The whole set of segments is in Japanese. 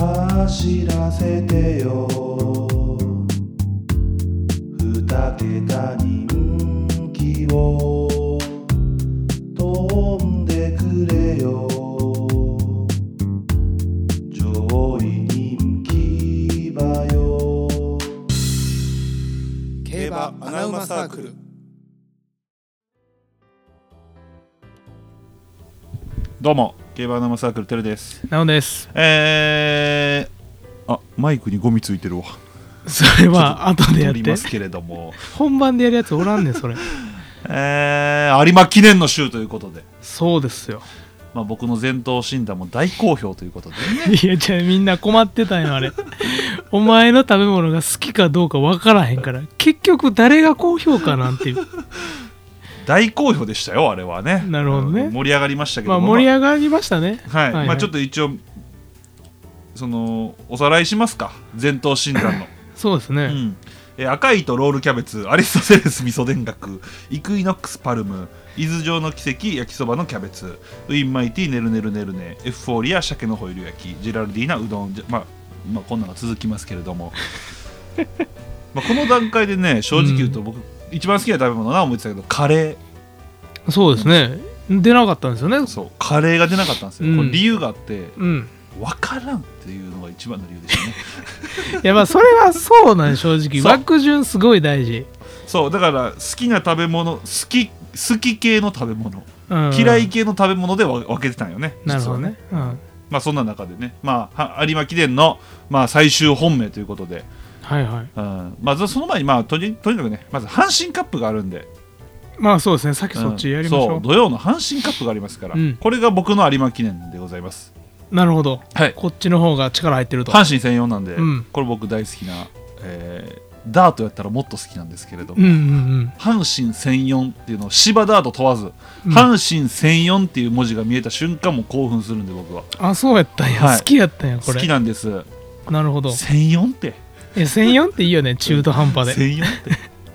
走らせてよ二桁人気を飛んでくれよ上位人気馬よ競馬アナウマサークルどうも競馬生サークルてるですなおです。えー、あマイクにゴミついてるわそれは後でやっりまて。すけれども本番でやるやつおらんねん、それ。えー、有馬記念の週ということで、そうですよ。まあ、僕の前頭診断も大好評ということでいや、じゃあみんな困ってたんよ、あれ。 お前の食べ物が好きかどうかわからへんから、結局誰が高評価なん ていう。大好評でしたよあれはねなるほどねうん盛り上がりましたけまどあも盛り上がりましたね。はい、まあちょっと一応そのおさらいしますか前頭診断の、そうですうね。んえー赤いとロールキャベツアリストセレス味噌田楽イクイノックスパルム伊豆城の奇跡焼きそばのキャベツウィンマイティねるねるねるねエフフォーリア鮭のホイル焼きジェラルディーナうどんじゃまあまあこんなの続きますけれども まあこの段階でね正直言うと僕、一番好きな食べ物は思ってたけどカレそうですね。出なかったんですよねー。そうカレーが出なかったんですよ、うんこれ理由があってうん。わからんっていうのが一番の理由でしたねいや、まあそれはそうなん正直。そう枠順すごい大事。そうだから好きな食べ物好き好き系の食べ物うん、嫌い。系の食べ物でわ分けてたんよねなるほど実はね。うん。まあそんな中でね、まあ、は有馬記念の、まあ、最終本命ということで、はいはい。うんまずその前に、まあ、とにとにかくねまず阪神カップがあるんで、まあそうですね。さっきうんそっちやりましょう。そう土曜の阪神カップがありますから、うんこれが僕の有馬記念でございますなるほど。はいこっちの方が力入ってると。阪神専用なんで、うんこれ僕大好きな、えーダートやったらもっと好きなんですけれどうんうん阪神専用っていうのを芝ダート問わず、うん阪神専用っていう文字が見えた瞬間も興奮するんで僕はうん。あ、そうやったんや。はい好きやったんや、こ好れ。きなんですなるほど。専用ってえ、1004っていいよね、中途半端で。専用って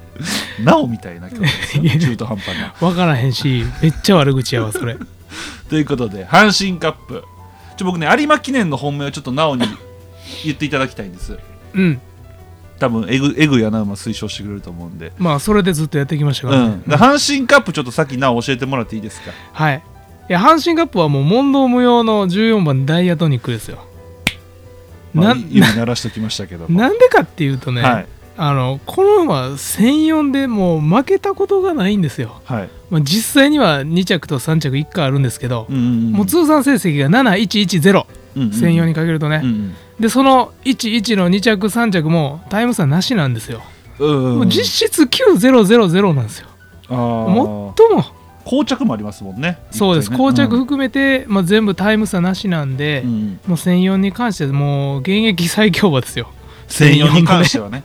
なおみたいな曲ですよね中途半端なわからへんし、めっちゃ悪口やわ、そ れ。ということで阪神カップちょ僕ね有馬記念の本命をちょっとなお に言っていただきたいんですうん。多分えぐえぐい穴馬推奨してくれると思うんでまあ、それでずっとやってきましたうからね。ん、で阪神カップちょっとさっきなお教えてもらっていいですかはい。いや、阪神カップはもう問答無用の14番ダイヤトニックですよ。まなあん今鳴らしときましたけどもなんでかっていうとね、はいあのこの馬1004でもう負けたことがないんですよ、はいまあ、実際には2着と3着1回あるんですけど、うんうんもう通算成績が7110、うんうん専用にかけるとね、うんでその11の2着3着もタイム差なしなんですよ、うんうんもう実質9000なんですよあ最もも膠着もありますもんねそうです一回膠ね着含めて、まあ、全部タイム差なしなんで、うんうんもう1004に関してもう現役最強馬ですよ 専用に関してはね、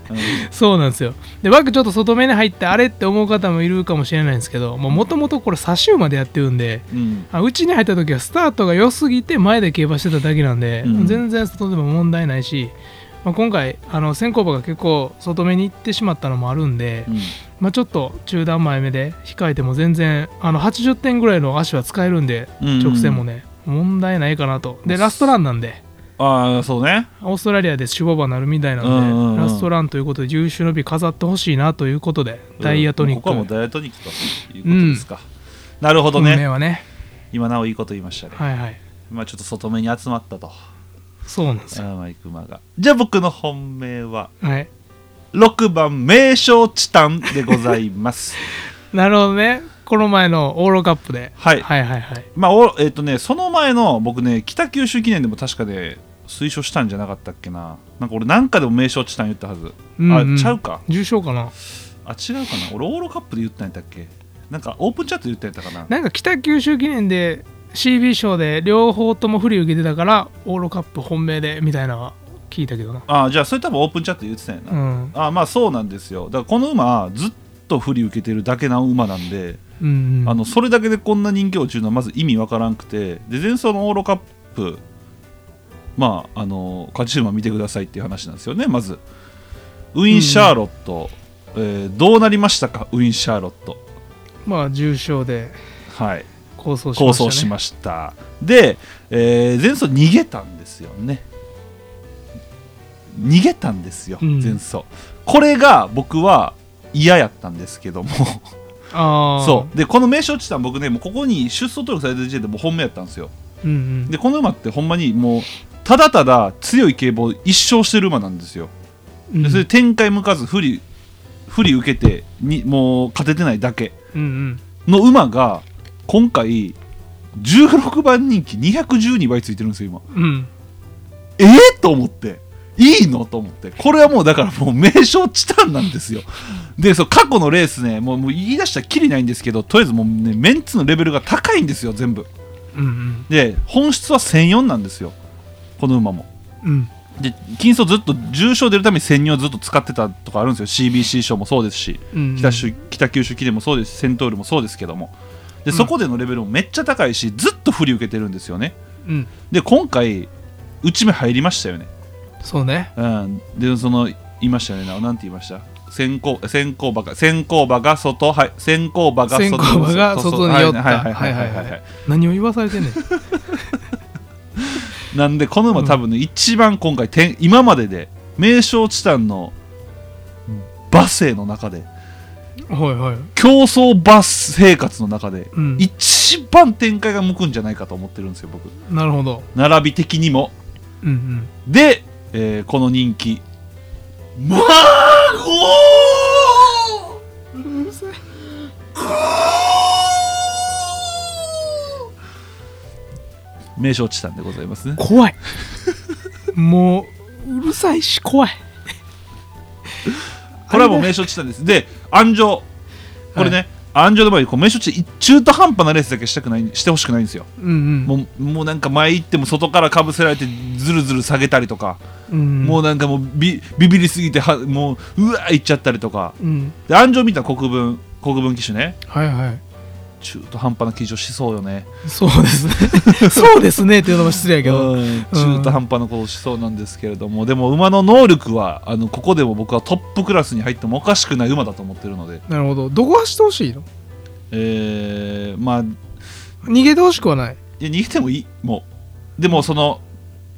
そうなんですよで枠ちょっと外目に入ってあれって思う方もいるかもしれないんですけどもともとこれ差し馬でやってるんでうんうんあうちに入った時はスタートが良すぎて前で競馬してただけなんで、うん全然外でも問題ないし、まあ、今回あの先行馬が結構外目に行ってしまったのもあるんで、うんまあ、ちょっと中段前目で控えても全然あの80点ぐらいの足は使えるんでうん直線もね、問題ないかなとでうんラストランなんでああそうねオーストラリアで守護馬になるみたいなんで、うんうんうんラストランということで優秀の美飾ってほしいなということでダイヤトニック、ここはもうダイヤトニックということですか、なるほど本命ねはね今なおいいこと言いましたね、はいはいまあちょっと外目に集まったとそうなんですよ、マイクマがじゃあ僕の本命ははい6番名勝チタンでございます なるほどねこの前のオーロカップで、はいはいはいはいまあおえっ、とねその前の僕ね北九州記念でも確かで推奨したんじゃなかったっけななんか俺なんかでも名勝チタン言ったはず、うんうんあちゃうか重賞かなあ違うかな俺オーロカップで言ったんやったっけなんかオープンチャットで言ったんやったかななんか北九州記念で CB 賞で両方とも不利受けてたからオーロカップ本命でみたいなのは聞いたけどなああじゃあそれ多分オープンチャットで言ってたんやな、うんあまあそうなんですよだからこの馬ずっと不利受けてるだけな馬なんで、うんうんあのそれだけでこんな人気落ちるのはまず意味わからんくてで前走のオーロカップまああの勝ち馬見てくださいっていう話なんですよねまずウィン・シャーロット、えーどうなりましたかウィン・シャーロットまあ重賞ではい構想しま構した、ね、想しましたで、えー前走逃げたんですよね逃げたんですよ、うん前走これが僕は嫌やったんですけどもああそうでこの名称地ん僕ねもうここに出走登録されてる時点でもう本命やったんですよう、うんうん、でこの馬ってほんまにもうただただ強い競馬を一生してる馬なんですようんでそれで展開向かず不利不利受けてにもう勝ててないだけうんうんの馬が今回16番人気212倍ついてるんですよ今うんええと思っていいのと思ってこれはもうだからもう名称チタンなんですよ でそう過去のレースねもうもう言い出したらきりないんですけどとりあえずもうねメンツのレベルが高いんですよ全部うんで本質は1004なんですよこの馬もうんで金層ずっと重賞出るために1004をずっと使ってたとかあるんですよ CBC 賞もそうですしうん北州北九州記念もそうですしセントールもそうですけどもでそこでのレベルもめっちゃ高いしずっと振り受けてるんですよねうんで今回打ち目入りましたよねそうねうん、でその言いましたよねななんて言いました先行先行馬が先行馬が外はい先行馬が外先行馬がそうそう外に寄ったはいはいはいはいはい、はいははいい何を言わされてん ねんなんでこの馬多分ね、一番今回てん今までで名勝チタンの馬生の中ではいはい競争馬生活の中で、うん一番展開が向くんじゃないかと思ってるんですよ僕なるほど並び的にもうんうんで、えーこの人気まあおー名称チタンでございますね怖いもううるさいし怖いこれはもう名称チタンですで安城これね、安城の場合こう名称チタン中途半端なレースだけしたくないしてほしくないんですよ、うんうんもうもうなんか前行っても外からかぶせられてずるずる下げたりとか、うんもうなんかもうビビビりすぎてはもううわー行っちゃったりとかうんで安城見た国分国分騎手ねはいはい中途半端な騎乗しそうよねそうですね そうですねっていうのも失礼やけどうん中途半端なことをしそうなんですけれども、でも馬の能力はあのここでも僕はトップクラスに入ってもおかしくない馬だと思ってるので、なるほどどこ走ってほしいのえーまあ逃げてほしくはないいや逃げてもいいもうでもその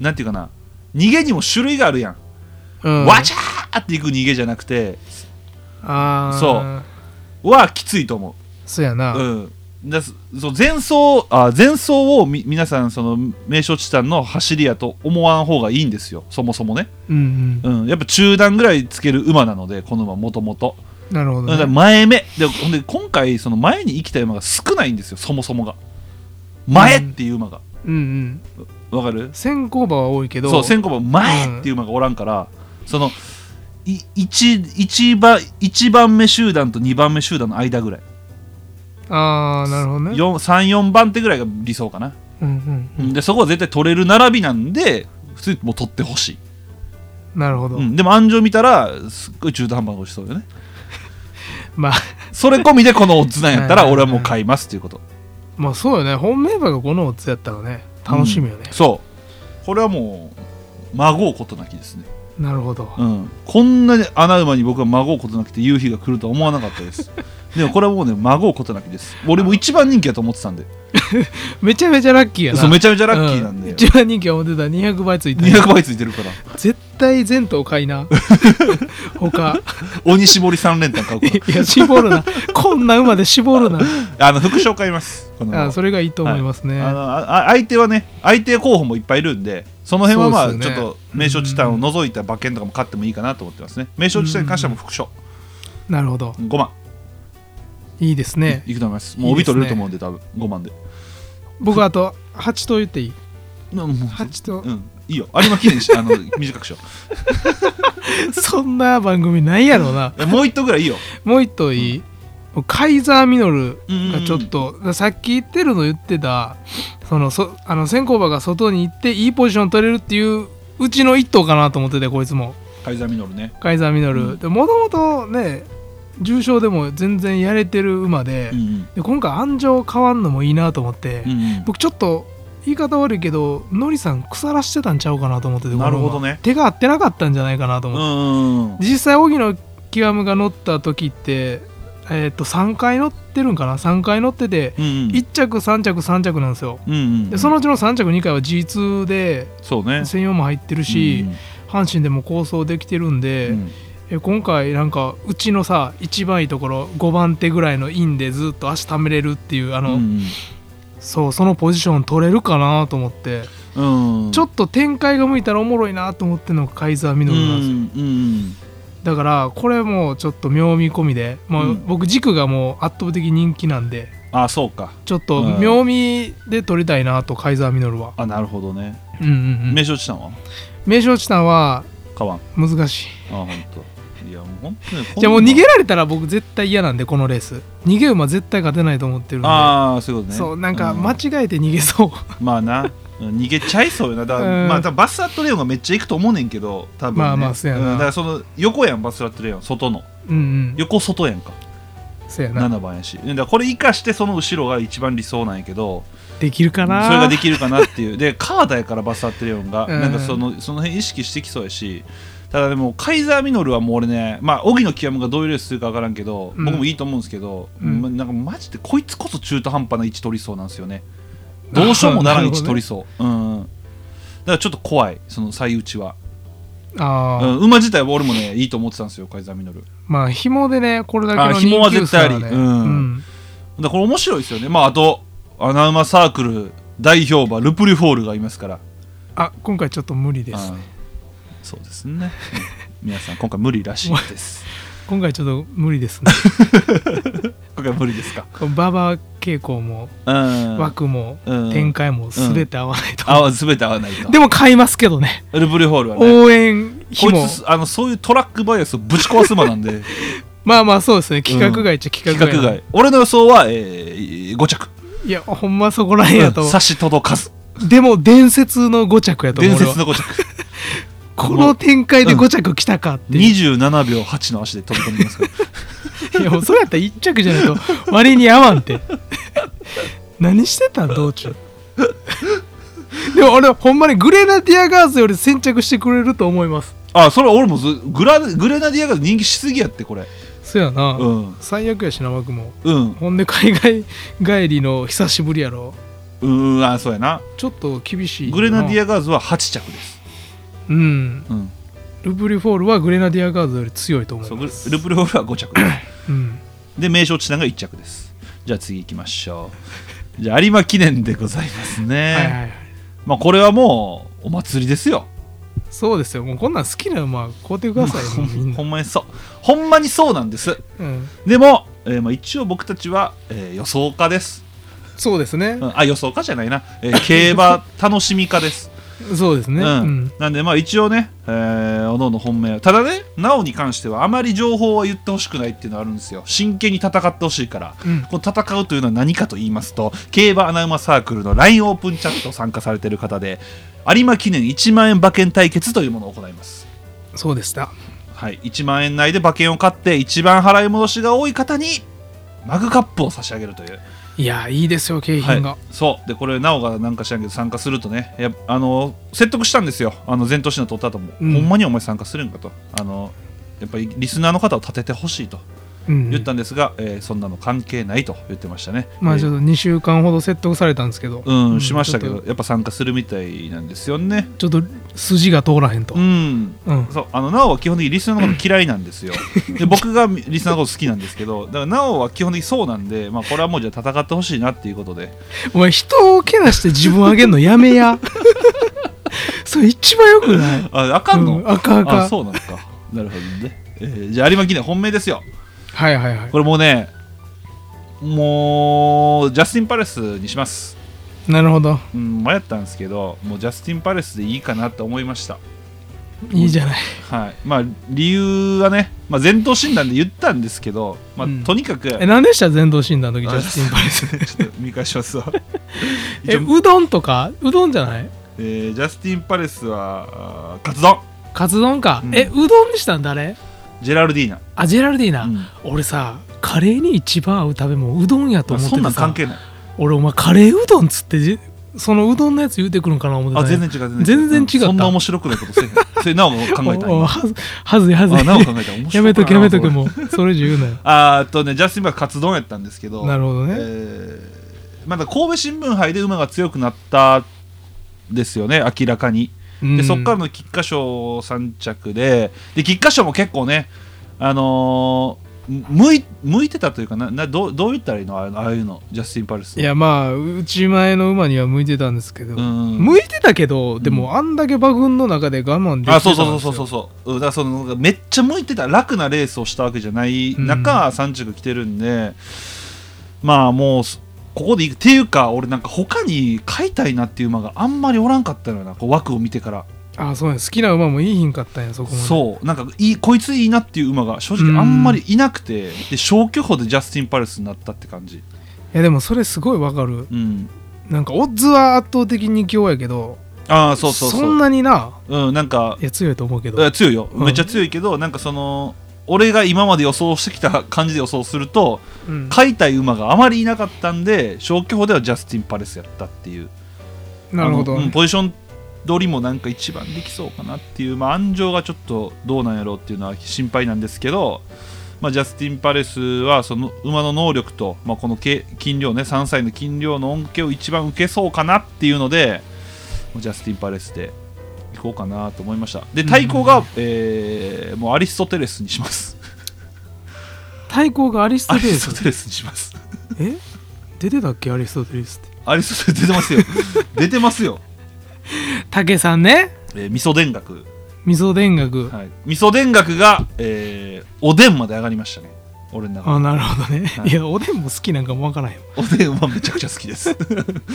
なんていうかな逃げにも種類があるやん、うんわちゃーっていく逃げじゃなくてああそうはきついと思そうやなう、うん、だそそう前走あ前走をみ皆さんその名所地帯の走りやと思わん方がいいんですよそもそもねうんうん、やっぱ中段ぐらいつける馬なのでこの馬もともとうんなるほど、だからね、前目でほんで今回その前に生きた馬が少ないんですよそもそもが前っていう馬がうんうんわかる先行馬は多いけどそう先行馬前っていう馬がおらんから、そのい一一番一番目集団と2番目集団の間ぐらいああなるほどね34番手ぐらいが理想かな、うんうんうんでそこは絶対取れる並びなんで普通にもう取ってほしい、なるほど、うん、でも安城見たらすっごい中途半端なしそうよねまあそれ込みでこのオッズなんやったらはいはい俺はいはもう買いますっていうことまあそうよね本命馬がこのオッズやったらね楽しみよね、そうこれはもう孫うことなきですね、なるほど、うん、こんなに穴馬に僕は孫うことなくて夕日が来るとは思わなかったです でもこれはもうね孫うことなきです俺も一番人気やと思ってたんでめちゃめちゃラッキーやなそうめちゃめちゃラッキーなんで、う一番人気は思ってたら200倍ついた200倍ついてるから絶対前頭買いな 他鬼絞り3連単買うかいや絞るなこんな馬で絞るならあの副賞買いますこのあそれがいいと思いますね、あのああ相手はね相手候補もいっぱいいるんでその辺はまあ、そうでちすょねっと名勝地帯を除いた馬券とかも買ってもいいかなと思ってますね名勝地帯に関してはもう副賞なるほど5万いいですねいくと思いますもう帯取れると思うんで多分5万で僕あと8と言っていいなもう8とうん、いいよ有馬 記念しあの短くしよそんな番組ないやろうなうえもう一頭ぐらいいいよもう一頭いい、もうカイザーミノルがちょっと、さっき言ってるの言ってたそのそあの先行馬が外に行っていいポジション取れるっていううちの一頭かなと思っててこいつもカイザーミノルねカイザーミノうルんでもともとね重賞でも全然やれてる馬で,、うんで今回安城変わんのもいいなと思って、うん、うん僕ちょっと言い方悪いけどノリさん腐らしてたんちゃうかなと思っててなるほどこの馬ね手が合ってなかったんじゃないかなとう思ってんうんうん実際荻野極むが乗った時って、えー、と3回乗ってるんかな3回乗ってて、うん1着3着3着なんですようんうんでそのうちの3着2回は G2 でそうね専用も入ってるし、うん阪神でも構想できてるんで、うんえ今回なんかうちのさ一番いいところ5番手ぐらいのインでずっと足ためれるっていうあの、うんそうそのポジション取れるかなと思って、うん、ちょっと展開が向いたらおもろいなと思ってんのがカイザーミノルなんですよ、うんうんだからこれもちょっと妙味込みで、まあうん僕軸がもう圧倒的人気なんであそうかちょっとうん妙味で取りたいなとカイザーミノルは、あなるほどね、うんうんう名ん、称地んは名称地点は買わんあ難しい本当。いやもう本当にじゃあもう逃げるられたら僕絶対嫌なんでこのレース逃げ馬絶対勝てないと思ってるんでああそういうことねそうなんかうん間違えて逃げ そう、まあなうん逃げちゃいそうよなだから、うんまあ、多分バスアットレオンがめっちゃ行くと思うねんけど多分、ね、まあまあそうやなんだからその横やんバスアットレオン外のうんうん横外やんかそうやな7番やしだからこれ生かしてその後ろが一番理想なんやけどできるかそれなができるかな っていうでカーダやからバスアットレオンが、うんなんかそのその辺意識してきそうやしただでもカイザーミノルはもう俺ねまあ荻野極がどういうレースするか分からんけど、うん僕もいいと思うんですけど、うんまなんかマジでこいつこそ中途半端な位置取りそうなんですよ ねどうしようもならん位置取りそう、うんだからちょっと怖いその最打ちは、あうあ、ん、馬自体は俺もねいいと思ってたんですよカイザーミノルだかまあ紐でねこれだけあの紐人は気絶対あり薄さはねうんうんらこれ面白いですよねまああと穴馬サークル代表馬ルプリフォールがいますからあ今回ちょっと無理ですうんそうですね うん皆さん今回無理らしいです今回ちょっと無理ですね 今回無理ですか馬場傾向もうん枠もうん展開も全て合わないと、あ全て合わないとでも買いますけどねルブリホールはね応援こ紐いつあのそういうトラックバイアスをぶち壊す馬なん でまあまあそうですね規格外っちゃ規規格外,、格外俺の予想は、えー、5着いやほんまそこらへんやとうん思う差し届かずでも伝説の5着やと思う伝俺は説の5着この展開で5着来たかっていう、 27秒8の足で飛び込みますからいやもうそれやったら1着じゃないと割に合わんって何してたん道中でも俺ほんまにグレナディアガーズより先着してくれると思いますあそれ俺もずグラグレナディアが人気しすぎやってこれそやな、うん最悪やしな枠もうんほんで海外帰りの久しぶりやろうんあそうやなちょっと厳しいグレナディアアガーズは8着ですうんうんルブリフォールはグレナディアガーズより強いと思そううルルプルフォールは5着ですうんで名称地点が1着ですじゃあ次行きましょうじゃあ有馬記念でございますね、はいはいはいまあこれはもうお祭りですよそうですよもうこんなん好きな馬買うてくださいよもうみんほな、んまにそうほんまにそうなんですうん、でも、えーまあ、一応僕たちは、えー予想家です、そうですねうんあ予想家じゃないな、えー競馬楽しみ家です、そうですねううんんなんでまあ一応ね、えー、おのおの本命はただねなおに関してはあまり情報は言ってほしくないっていうのはあるんですよ真剣に戦ってほしいからうんこの戦うというのは何かと言いますと競馬アナウマサークルの LINE オープンチャット参加されている方で有馬記念1万円馬券対決というものを行います、そうでしたはい、1万円内で馬券を買って一番払い戻しが多い方にマグカップを差し上げるという、いやいいですよ景は品が、い、そうでこれなおがなんか知らんけど参加するとねやあの説得したんですよあの前頭市の取ったとも、うんほんまにお前参加するんかとあのやっぱりリスナーの方を立ててほしいとうん言ったんですが、えーそんなの関係ないと言ってましたね、まえあーちょっと2週間ほど説得されたんですけどうん、しましたけちょどっやっぱ参加するみたいなんですよねとちょっと筋が通らへんとうんうんそうあのなおは基本的にリスナーのこと嫌いなんです よで僕がリスナーのこと好きなんですけどだからなおは基本的にそうなんで、まあ、これはもうじゃあ戦ってほしいなっていうことでお前人をけなして自分あげんのやめ やそれ一番よくないああかんの、うんあかんあかんあそうなのかなるほどね、えーじゃあ有馬記念本命ですよはいはいはこれもうねもうジャスティン・パレスにします、いなるほどうん、迷ったんですけどもうジャスティン・パレスでいいかなと思いましたいいじゃないはい、まあ理由はね、まあ、前頭診断で言ったんですけど、まあうんとにかく、え何でした前頭診断の時ジあャスティン・パレスちょっと見返しますわ え 一応うどんとかうどんじゃないえージャスティン・パレスはあーカツ丼カツ丼か、うんえうどんにしたん誰ジェラルディーナ、あジェラルディーナ、うん俺さカレーに一番合う食べ物うどんやとまあ思ってそんてなんさ関係ない俺お前カレーうどんっつってじそのうどんのやつ言うてくるんかな思ってたあんや全然違う全然違ったうんそんな面白くないことせえへんそれなおも考えたおお今はずはずいはずいあなお考えた面白いなやめとけやめとけこれもうそれ以上言うな よあーっとねジャスティン・パレスカツ丼やったんですけどなるほどえね、ーまだ神戸新聞杯で馬が強くなったですよね明らかにうんでそっからの菊花賞3着でで菊花賞も結構ねあのー向い向いてたというかななどうどう言ったらいいのあああいうのジャスティン・パルスいやまあ内前の馬には向いてたんですけど、うん向いてたけどでもあんだけ馬群の中で我慢できてたんあですよそうそうそうそうそううんだからそのめっちゃ向いてた楽なレースをしたわけじゃないうん中、3着来てるんでまあもうすここでいくっていうか俺なんか他に飼いたいなっていう馬があんまりおらんかったのよなこう枠を見てからあそうね好きな馬もいいひんかったんやそこまでそうなんかいいこいついいなっていう馬が正直あんまりいなくて、で消去法でジャスティン・パルスになったって感じいやでもそれすごいわかるうんなんかオッズは圧倒的に強やけどああそうそうそううんなになうんなんかいや強いと思うけいどや強いよ、うんめっちゃ強いけどなんかその俺が今まで予想してきた感じで予想するとうん飼いたい馬があまりいなかったんで消去法ではジャスティン・パレスやったっていうなるほどあのうんねポジション取りもなんか一番できそうかなっていう、まあ、安城がちょっとどうなんやろうっていうのは心配なんですけど、まあ、ジャスティン・パレスはその馬の能力と、まあ、このけ斤量ね3歳の斤量の恩恵を一番受けそうかなっていうのでジャスティン・パレスで行こうかなと思いましたで対抗が、えーもうアリストテレスにします対抗がアリストアテリレストステレスにしますえ出てたっけアリストテレスってアリストテレス出てますよ 出てますよ武さんねえー味噌田楽、溝田楽、はい、味噌田楽が、えーおでんまで上がりましたね俺の中あでなるほどね、、はいいやおでんも好きなんかもわからへんよおでんはめちゃくちゃ好きです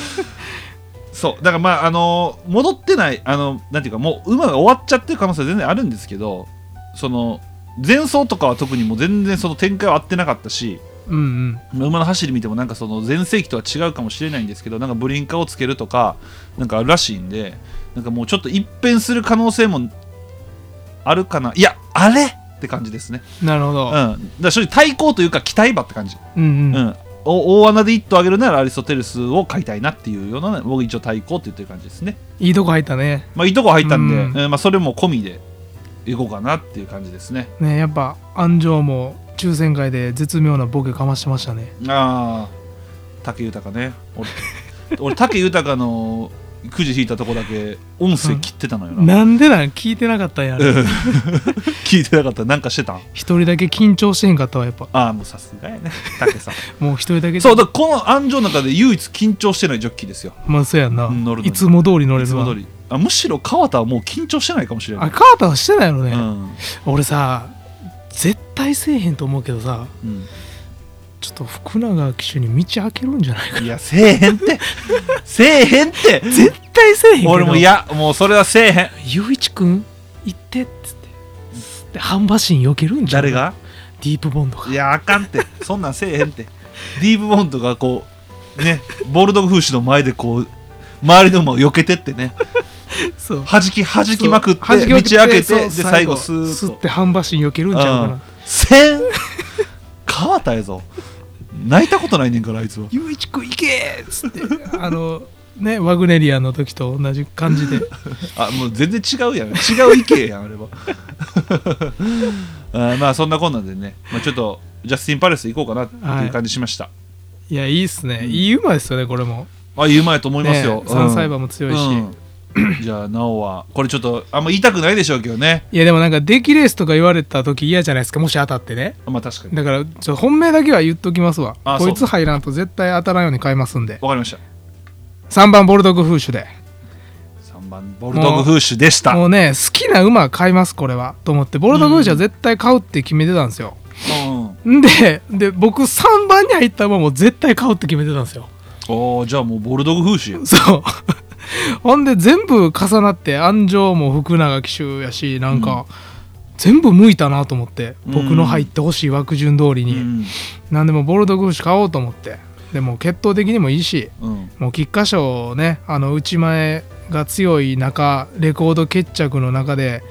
そうだからまああのー戻ってないあのなんていうかもう馬が終わっちゃってる可能性は全然あるんですけどその前走とかは特にもう全然その展開は合ってなかったしうんうん馬の走り見てもなんかその前世紀とは違うかもしれないんですけどなんかブリンカーをつけるとかなんかあるらしいんでなんかもうちょっと一変する可能性もあるかないやあれって感じですねなるほうどん、だから正直対抗というか期待馬って感じ、うんううん、ん、お大穴で一頭上げるならアリストテレスを買いたいなっていうような僕一応対抗って言ってる感じですねいいとこ入ったねまあいいとこ入ったんで、うんえーまあ、それも込みでいこうかなっていう感じですねねやっぱ安城も抽選会で絶妙なボケかましてましたねああ武豊ね俺 俺武豊のくじ引いたとこだけ音声切ってたのよな,、なんでなん聞いてなかったんやあれ聞いてなかったなんかしてた一人だけ緊張してへんかったわやっぱああもうさすがやね武 さんもう一人だけそうだからこの安城の中で唯一緊張してないジョッキーですよまあそうやんなうん乗るのいつも通り乗れるわいつも通りあむしろ川田はもう緊張してないかもしれなあい、カーターはしてないのね、うん俺さ絶対せえへんと思うけどさうちょっと福永騎手に道開けるんじゃないかん、いやせえへんってせえへ んって絶対せえへんけど俺もいやもうそれはせえへんゆういちくん行ってっつってで半馬身避けるんじゃん誰がディープボンドがいやあかんってそんなんせえへんってディープボンドがこうねボルドグフーシュの前でこう周りの馬を避けてってねそう弾き弾きまくって弾きまく道開けてそうで最後スーッとって半馬身避けるんちゃうかうんなせん川田やぞ泣いたことないねんからあいつは「ゆういちくん行け!」っつって あのねワグネリアンの時と同じ感 じであもう全然違うやん違う意見やんあれは あーまあそんなこんなんでね、まあ、ちょっとジャスティン・パレス行こうかなっていう感じしました、いやいいっすね、いい馬ですよねこれもあいい馬やと思いますねよ、三歳馬も強いし、うんじゃあなおはこれちょっとあんま言いたくないでしょうけどねいやでもなんかデキレースとか言われた時嫌じゃないですかもし当たってねまあ確かにだからちょっと本命だけは言っときますわあこいそつう入らんと絶対当たらんように買いますんでわかりました3番ボルドグフーシュで3番ボルドグフーシュでしたもうね好きな馬買いますこれはと思ってボルドグフーシュは絶対買うって決めてたんですよ、うんんでで僕3番に入った馬も絶対買うって決めてたんですよおーじゃあもうボルドグフーシュやそう ほんで全部重なって安城も福永騎手やしなんか、全部向いたなと思って僕の入ってほしい枠順通りうに、んなんでもボルドグフシ買おうと思ってでもう血統的にもいいしうんもう菊花賞をねあの内前が強い中レコード決着の中で、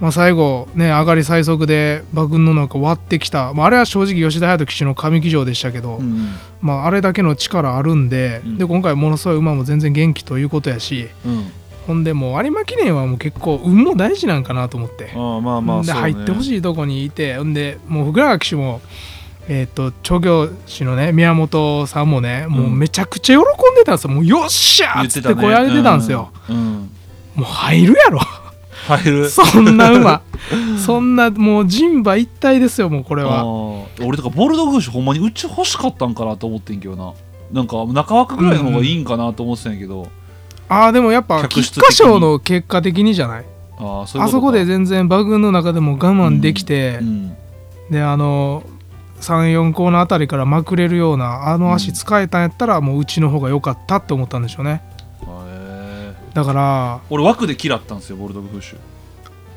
まあ、最後ね上がり最速で馬群の中割ってきた、まあ、あれは正直吉田隼人騎手の上騎乗でしたけど、うんまあ、あれだけの力あるんで,、うんで今回ものすごい馬も全然元気ということやしうんほんでもう有馬記念はもう結構運も大事なんかなと思って。あーまあまあでそう、ね、入ってほいしいとこにいてんでもう福永騎手も、えー、と調教師のね宮本さんもね、もうめちゃくちゃ喜んでたんですよもうよっしゃ言ーっっつてったねて声上げてたんですよ、うんもう入るやろ入 るそんな 馬そんなもう人馬一体ですよもうこれあはー俺とかボルドグーシュほんまにうち欲しかったんかなと思ってんけどななんか中枠ぐらいの方がいいんかなと思ってたんやけど、ああでもやっぱ客室菊的に花賞の結果的にじゃないああそういうことかあそこで全然馬群の中でも我慢できて、うんであの34コーナーあたりからまくれるようなあの足使えたんやったら、もううちの方が良かったって思ったんでしょうねへーだから俺枠で嫌ったんですよボルドグーシュ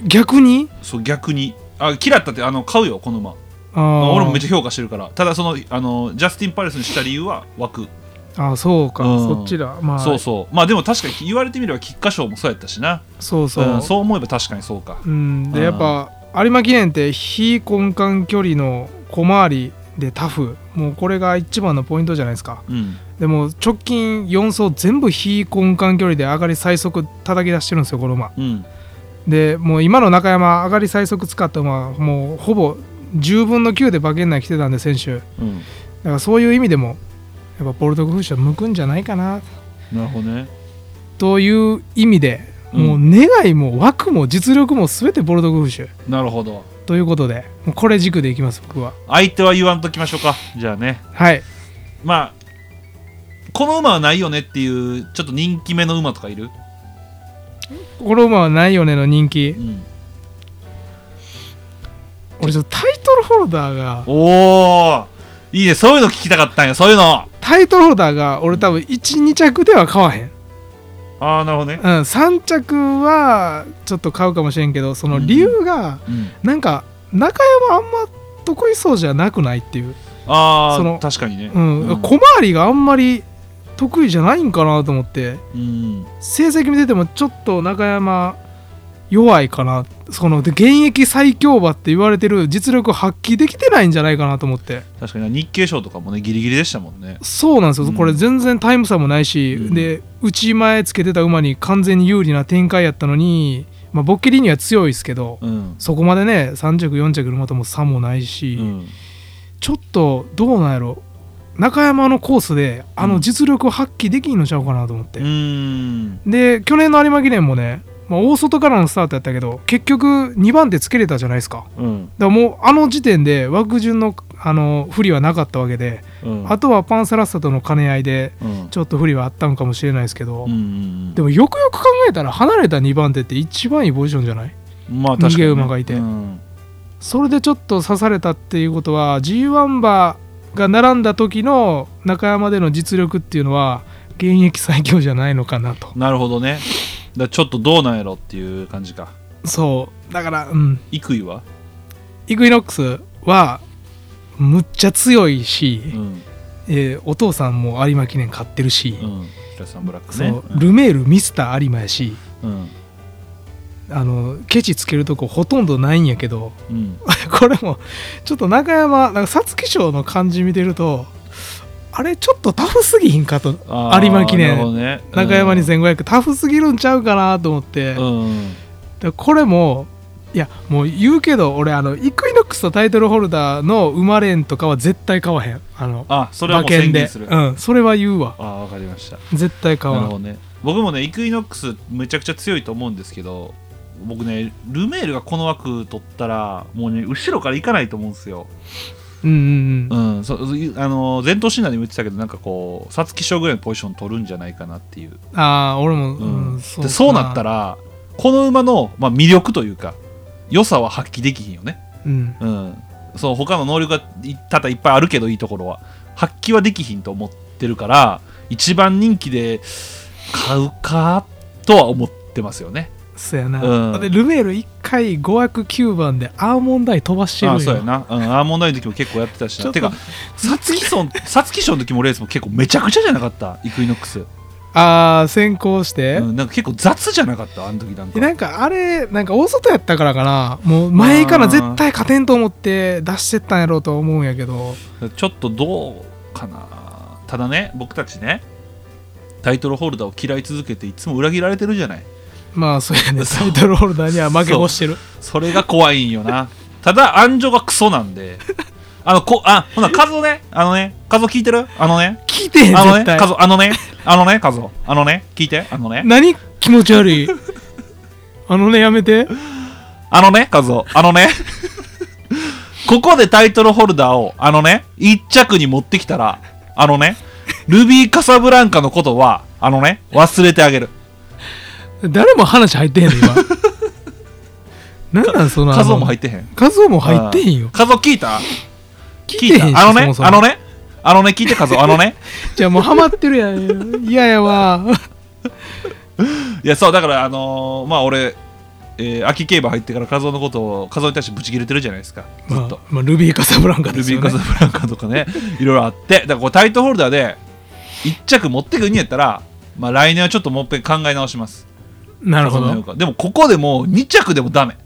逆にそう逆にあ嫌ったってあの買うよこの馬、あまーあ俺もめっちゃ評価してるからただそのあのジャスティン・パレスにした理由は枠あーそうか、うんそっちだまあそうそうまあでも確かに言われてみれば菊花賞もそうやったしなそうそ,、そうう、ん、そう思えば確かにそうかうん、うでんやっぱ有馬記念って非根幹距離の小回りでタフもうこれが一番のポイントじゃないですかうんでも直近4走全部非根幹距離で上がり最速叩き出してるんですよこの馬うんでもう今の中山上がり最速使った馬はもうほぼ10分の9で馬券内来てたんで選手だうんからそういう意味でもやっぱボルトグフーシュは向くんじゃないかななるほどねという意味で、うんもう願いも枠も実力も全てボルトグフーシュなるほどということでもうこれ軸でいきます僕は相手は言わんときましょうかじゃあねはいまあこの馬はないよねっていうちょっと人気めの馬とかいる、この馬はないよねの人気うん、俺ちょっとタイトルホルダーがおおいいねそういうの聞きたかったんやそういうのあタイトルホルダーが俺多分12着では買わへんあなるほどねうん、3着はちょっと買うかもしれんけどその理由がうんなんか中山あんま得意そうじゃなくないっていう、あそのあ確かにねうん小回りがあんまり得意じゃないんかなと思ってうん成績見ててもちょっと中山弱いかなそので現役最強馬って言われてる実力を発揮できてないんじゃないかなと思って確かにな日経賞とかもねギリギリでしたもんねそうなんですよ、うんこれ全然タイム差もないし、うんで内前つけてた馬に完全に有利な展開やったのに、まあ、ボッケリーには強いですけど、うん、そこまでね3着4着の馬とも差もないし、うん、ちょっとどうなんやろ中山のコースであうのん実力を発揮できんのちゃうかなと思って、うーんで去年の有馬記念もね、まあ、大外からのスタートやったけど結局2番手つけれたじゃないですかだかうんらもうあの時点で枠順のあの不利はなかったわけで、うんあとはパンサラッサとの兼ね合いでうんちょっと不利はあったのかもしれないですけど、うんうんでもよくよく考えたら離れた2番手って一番いいポジションじゃないうんまあ確かに、ね、逃げ馬がいてうんそれでちょっと刺されたっていうことは G1 馬が並んだ時の中山での実力っていうのは現役最強じゃないのかなとなるほどねだちょっとどうなんやろっていう感じかそうだからうんイクイは、イクイノックスはむっちゃ強いし、うんえーお父さんも有馬記念買ってるし、うん、平さんブラックそうねルメールミスター有馬やしうんあのケチつけるとこほとんどないんやけど うんこれもちょっと中山なんか皐月賞の感じ見てるとあれちょっとタフすぎひんかとあー有馬記念なるほどね中山に全1500、タフすぎるんちゃうかなと思って、うんでこれもいやもう言うけど俺あのイクイノックスとタイトルホルダーの生まれんとかは絶対買わへんあのあそれはもう宣言する、馬あうん、それは言うわあーわかりました絶対買なるわほどんね僕もねイクイノックスめちゃくちゃ強いと思うんですけど僕ねルメールがこの枠取ったらもうね後ろから行かないと思うんですよ、うんうんううんん、そそうあの前頭診断でも言ってたけどなんかこう皐月賞ぐらいのポジション取るんじゃないかなっていう、ああ俺も、ううんんでそうなったら、らこの馬の、まあ、魅力というか良さは発揮できひんよねうん、うん、そう他の能力がい多々いっぱいあるけどいいところは発揮はできひんと思ってるから一番人気で買うかとは思ってますよね。そうやな、うんでルメール1回5枠9番でアーモンドアイ飛ばしてるんあよあそうやな、うん、アーモンドアイの時も結構やってたしちょなっとてか皐月 賞皐月賞の時もレースも結構めちゃくちゃじゃなかったイクイノックス、あー先行して、うん、なんか結構雑じゃなかったあの時なんでかなんかあれなんか大外やったからかなもう前から絶対勝てんと思って出してったんやろうと思うんやけどちょっとどうかなただね僕たちねタイトルホルダーを嫌い続けていつも裏切られてるじゃないまあそうやねそタうイトルホルダーには負け越してるそれが怖いんよな。ただ、安城がクソなんで。あの、こ、あ、ほな、カズオね、あのね、カズオ聞いてるあのね、聞いてへんあのね、絶対カズオ、あのね、あのね、カズオ、あのね、聞いて、あのね。何気持ち悪いあのねやめてあのね、カズオ、あのね、ここでタイトルホルダーを、あのね、一着に持ってきたら、あのね、ルビー・カサブランカのことは、あのね、忘れてあげる。誰も話入ってへんの 今なんなんそのカズオも入っってへん。てカズオも入ってへんよカズオ聞いた聞いてへんしあのねそもそ、もあのね、あのね、聞いて、カズオ、あのね。じゃあもうハマってるや ん嫌やわいや、そう、だから、あのーまあ、俺、えー秋競馬入ってからカズオのことを、カズオに対してブチ切れてるじゃないですか、ずっまとあ。まあルビーカサブランカでルすビーよカねサブランカとかね、 いろいろあって、だからこうタイトホルダーで1着持ってくんやったら、まあ来年はちょっともう一回考え直します。なるほそのど辺はでもここでもう2着でもダメ。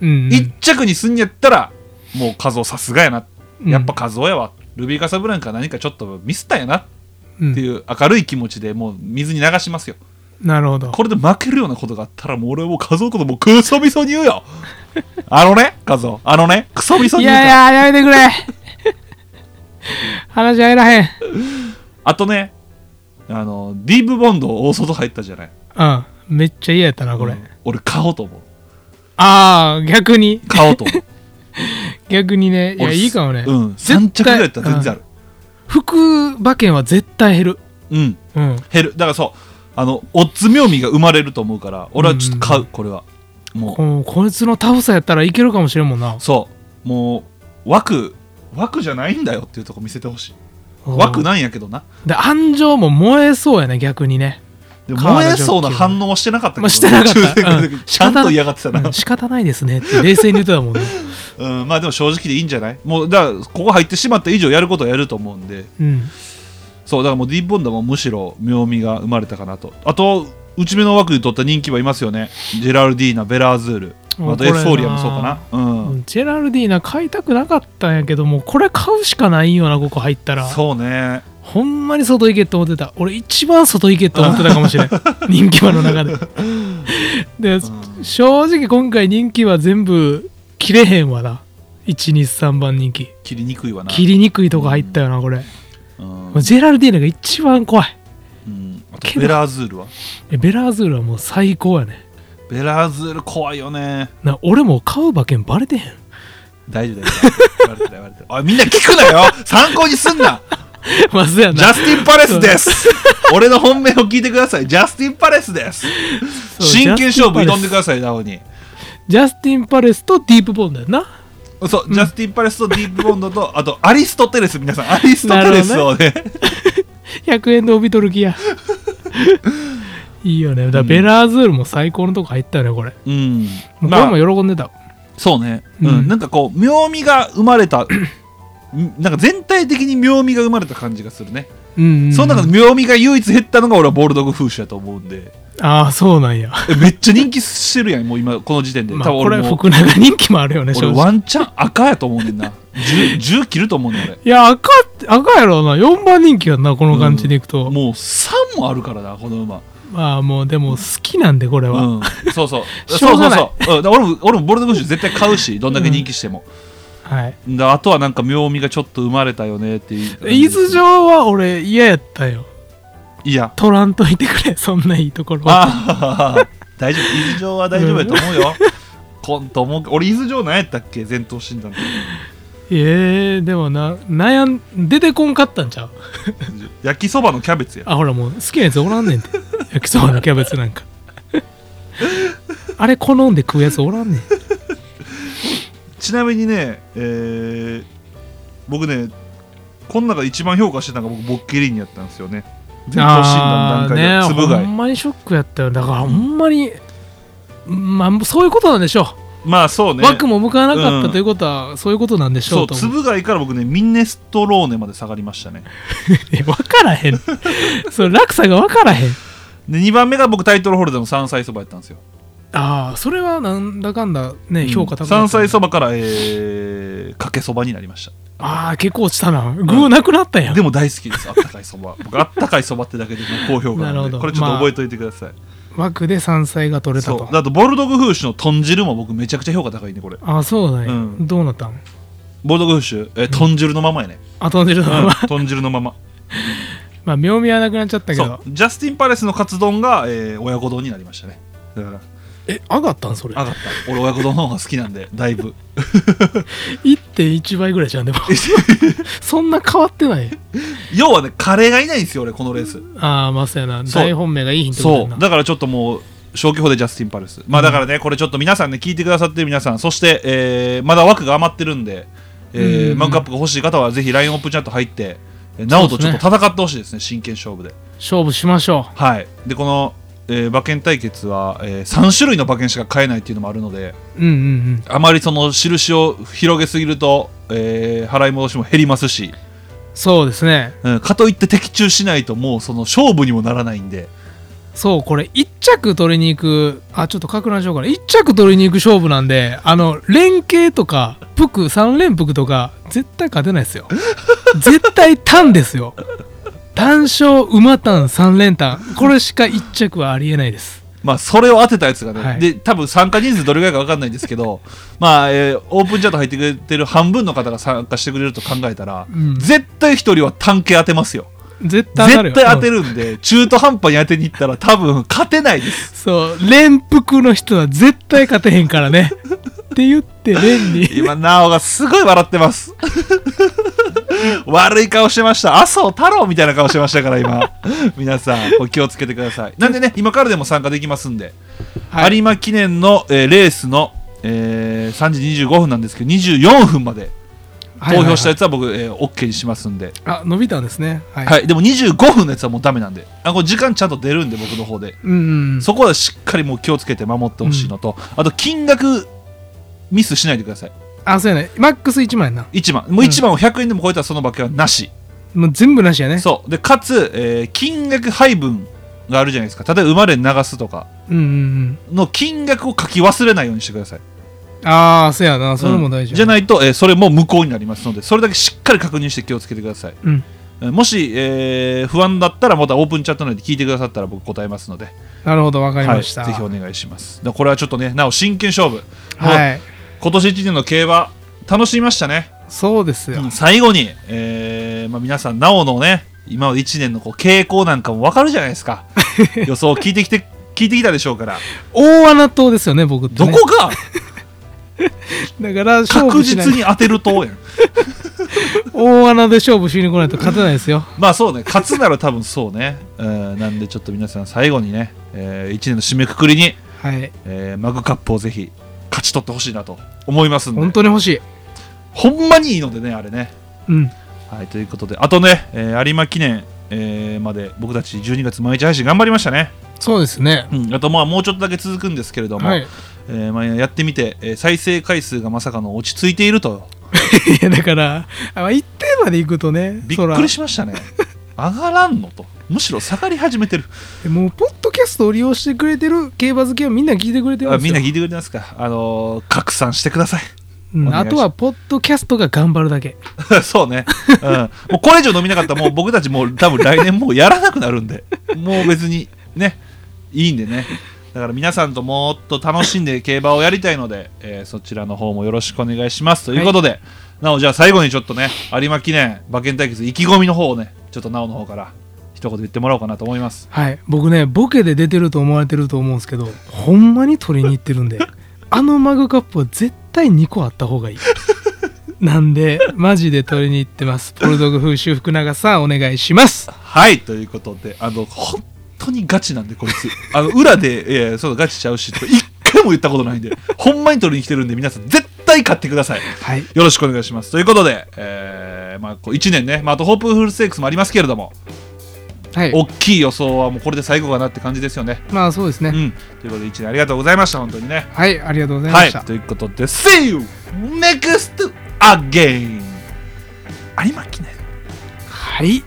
うん1着にすんやったら、もうカズオさすがやな。うんやっぱカズオやわ。ルビーカサブランカ何かちょっとミスったんやなっうんていう明るい気持ちでもう水に流しますよ。なるほどこれで負けるようなことがあったらもう俺はもうカズオのこともうクソみそに言うよ。あのね、カズオ。あのね、クソみそいに言うから。やいややめてくれ 話入らへんあとね、あの、ディープボンド大外入ったじゃない。うんめっちゃ嫌やったなこれ、うん俺買おうと思うああ逆に買おうと思う逆にね いや俺いいかもね、うん絶対3着ぐらいやったら全然ある服馬券は絶対減るうん、うん減るだからそうあのオッズ妙味が生まれると思うから俺はちょっと買う、うんこれはもうこのこいつのタフさやったらいけるかもしれんもんなそうもう枠枠じゃないんだよっていうとこ見せてほしい枠なんやけどなで安城も燃えそうやね逆にね、でカード燃えそうな反応はしてなかったけど、まあ、してなかっ抽た、選会うの時 ん、ちゃんと嫌がってたな、うん仕方ないですねって冷静に言ってたもんねうんまあでも正直でいいんじゃないもうだからここ入ってしまった以上やることはやると 思うんでうんそうだからもうディープボンドもむしろ妙味が生まれたかなとあと内目の枠で取った人気はいますよねジェラルディーナベラーズールもうあことれエなフフォーリアもそうかなうん、うんジェラルディーナ買いたくなかったんやけどもうこれ買うしかないよなここ入ったらそうねほんまに外行けって思ってた俺一番外行けって思ってたかもし れん人気馬の中でで、ん正直今回人気は全部切れへんわな123番人気切りにくいわな切りにくいとこ入ったよなこれ、うん、ジェラルディーナが一番怖いうんあとベラーズールはえベラーズールはもう最高やねベラーズール怖いよねな俺もう買う馬券バレてへん 大丈夫だよバレてないバレてないおいみんな聞くなよ参考にすんなまずや ジャなスティン・パレスです俺の本命を聞いてくださいジャスティン・パレスですそう真剣勝負挑んジャスティンパレスでくださいなおにジャスティン・パレスとディープボンドやなそう、ジャスティン・パレスとディープ・ボンドと、あと、アリストテレス、皆 さん、アリストテレスをね、 100円で帯取る気や いいよねだからベラーズールも最高のとこ入ったよねこれうん、もうまあこれも喜んでた、そうね、ううんん、なんかこう、妙味が生まれた、 うんなんか全体的に妙味が生まれた感じがするね。うんうんうんその中で妙味が唯一減ったのが、俺はボールドグ・フーシュだと思うんで、ああそうなんや、えめっちゃ人気してるやん、もう今、この時点で。まあ、多分こ俺れも、福永人気もあるよね正俺、直ワンチャン赤やと思うねんな。10, 10切ると思うねん、俺。いや赤って赤やろうな4番人気やんなこの感じでいくと、もう3もあるからな、この馬。まあもうでも好きなんでこれは、うん、そうそう しそょううそがうないそう、うん、だから俺も俺もボルトグッシュ絶対買うしどんだけ人気しても、はいであとはなんか妙味がちょっと生まれたよねっていう伊豆城は俺嫌やったよ いや取らんといてくれ そんないいところはああ 大丈夫伊豆城は大丈夫やと思う よ、こんと思う俺伊豆城何やったっけ前頭診断の時ええでもな悩ん出てこんかったんちゃう焼きそばのキャベツやあほらもう好きなやつおらんねん て焼きそばのキャベツなんかあれ好んで食うやつおら んねんちなみにね、えー僕ねこの中で一番評価してたのが僕ボッケリーニやったんですよね前頭診断の段階であはーねつぶほ貝んまにショックやったよだからほんまに、まあそういうことなんでしょまあそう、うね枠も向かなかっうたんということは、そういうことなんでしょそううと思う粒貝から僕ねミネストローネまで下がりましたね え分からへ んその落差が分からへんで2番目が僕タイトルホルダーの山菜そばやったんですよ、ああそれはなんだかんだね、評価高かった山菜そばから、えー、かけそばになりましああ結構落ちたな具なくなったやたん、でも大好きですあったかいそば僕あったかいそばってだけでもう高評価ななるのほでどこれちょっと覚えておいてください、枠で山菜が取れたそうとだとボルドグフーシュの豚汁も僕めちゃくちゃ評価高いねこれああそうなんや、うんどうなったんボルドグフーシュ、えー、豚汁のままやね、あ飛んでるのは、うん、豚汁のまま まあ妙味はなくなっちゃったけそどうジャスティン・パレスのカツ丼が、えー親子丼になりましたねだからえ上がったんそれ上がった俺親子丼の方が好きなんでだいぶ1.1倍ぐらい じゃんでもそんな変わってない要はねカレーがいないんですよ俺このレースああまさやなそう大本命がいいヒントそだうなだからちょっともう消去法でジャスティン・パルスまあだからね、これちょっと皆さんね聞いてくださってる皆さんそして、えーまだ枠が余ってるんで、えーうんマグカップが欲しい方はぜひ LINE オープンチャット入ってえーなおとちょっと戦ってほしいですね真剣勝負で勝負しましょはいでこの、えー馬券対決は、え3種類の馬券しか買えないっていうのもあるのでううんうんあまりその印を広げすぎると、えー払い戻しも減りますし、うんそうですねうん、かといって的中しないともうその勝負にもならないんでそうこれ1着取りに行くあちょっと確認しようかな1着取りに行く勝負なんであの連携とかプク3連服とか絶対勝てないですよ絶対単ですよ単勝馬単3連単これしか1着はありえないですまあそれを当てたやつがね、はいで多分参加人数どれぐらいか分かんないんですけど まあ、えーオープンチャット入ってくれてる半分の方が参加してくれると考えたら、うん絶対一人は単形当てますよ絶対当たる絶よ対当てる、るんで、中途半端に当てに行ったら多分勝てないで すうんそう連服の人は絶対勝てへんからねって言って連に今なおがすごい笑ってます 悪い顔してました麻生太郎みたいな顔してましたから今皆さんお気をつけてくださいなんでね今からでも参加できますんで、はい有馬記念の、えーレースの、えー3時25分なんですけど24分まではいは投いはい票したやつは僕、えー OK にしますんで、あ伸びたんですねはい、はいでも25分のやつはもうダメなんであこれ時間ちゃんと出るんで僕の方でうんうんそこはしっかりもう気をつけて守ってほしいのと、あと金額ミスしないでくださいあそうやねマックス1万やな1万もう1万を100円でも超えたらその馬券はなし、もう全部なしやねそうでかつ、えー金額配分があるじゃないですか例えば生まれ流すとかうんうんの金額を書き忘れないようにしてくださいうんああそうやなそれも大事、うんじゃないと、えーそれも無効になりますのでそれだけしっかり確認して気をつけてくださいうんえーもし、えー不安だったらまたオープンチャット内で聞いてくださったら僕答えますのでなるほどわかりはまい、した、ぜひお願いしますだこれはちょっとねなお真剣勝負、もうはい今年1年の競馬楽しみましたねそうですよ、最後に、えーまあ、皆さん、なおのね、今の1年のこう傾向なんかも分かるじゃないで すか。予想を聞いてきて、聞いてきたでしょうから。大穴党ですよね僕って、どね、こがだから勝確負しない実に当てるとやん。大穴で勝負しに来ないと勝てないですよまあそうね、勝つなら多分そうね。うんなんでちょっと皆さん最後にね、え1年の締めくくりに、はいえーマグカップをぜひ勝ち取ってほしいなと思いますんで。本当に欲しいほんまにいいのでね、あれね。うんはい、ということで、あとね、えー有馬記念、えーまで僕たち12月毎日配信頑張りましたね。そうですねうん、あとまあもうちょっとだけ続くんですけれども、はいいえーまあ、やってみて、えー再生回数がまさかの落ち着いていると やだからあまあ一定まで行くとねびっくりししました ね上がらんのとむしろ下がり始めてるもうポッドキャストを利用してくれてる競馬好きはみんな聞いてくれてるあんですみんよな聞いてくれてますかあのー拡散してください うんお願いしまあすとはポッドキャストが頑張るだけそうね、うん、もうこれ以上飲みなかったらもう僕たちもう多分来年もうやらなくなるんでもう別にねいいんでねだから皆さんともっと楽しんで競馬をやりたいので、えーそちらの方もよろしくお願いしますということで、なおじゃあ最後にちょっとね有馬記念馬券対決意気込みの方をねちょっとなおの方から一言言ってもらおうかなと思いますはい僕ねボケで出てると思われてると思うんですけどほんまに取りに行ってるんであのマグカップは絶対2個あった方がいいなんでマジで取りに行ってますポルドグ風習福永さんお願いしますはいということであの本当にガチなんでこい つあの裏で「いやいやそうだガチちゃうし」とか一回も言ったことない んでほんまに取りに来てるんで皆さん絶対買ってくださいはいよろしくお願いしますということで、えーまあ、こう1年ね、まあ、あとホープフルステークスもありますけれどもはい大きい予想はもうこれで最後かなって感じですよねまあそうですね、うんということで1年ありがとうございました本当にねはいありがとうございまはいした、ということで See you next again 有馬記念はい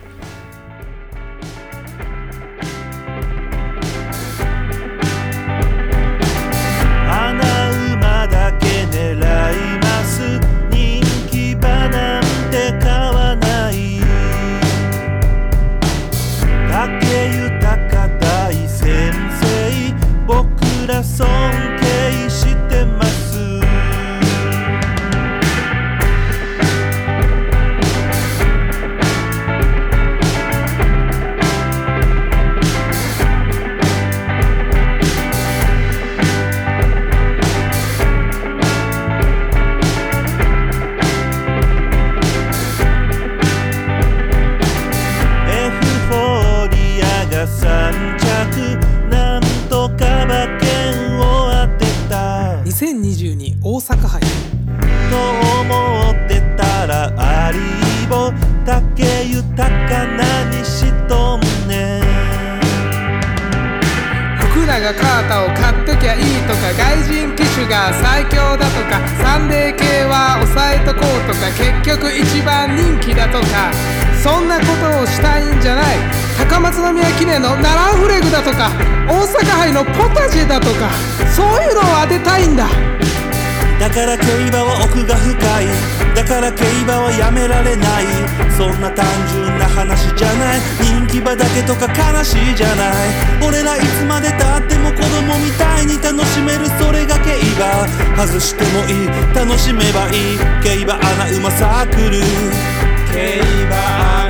穴馬だけ狙います人気馬なんて買わない武豊大先生僕ら尊敬してますと思っ阪杯てたらアリーボだけ豊かなにしとんね福永カータを買っときゃいいとか外人機種が最強だとかサンデー系は抑えとこうとか結局一番人気だとかそんなことをしたいんじゃない高松宮記念のナランフレグだとか大阪杯のポタジェだとかそういうのを当てたいんだだから競馬は奥が深いだから競馬はやめられないそんな単純な話じゃない人気馬だけとか悲しいじゃない俺らいつまでたっても子供みたいに楽しめるそれが競馬外してもいい楽しめばいい競馬アナウマサークル競馬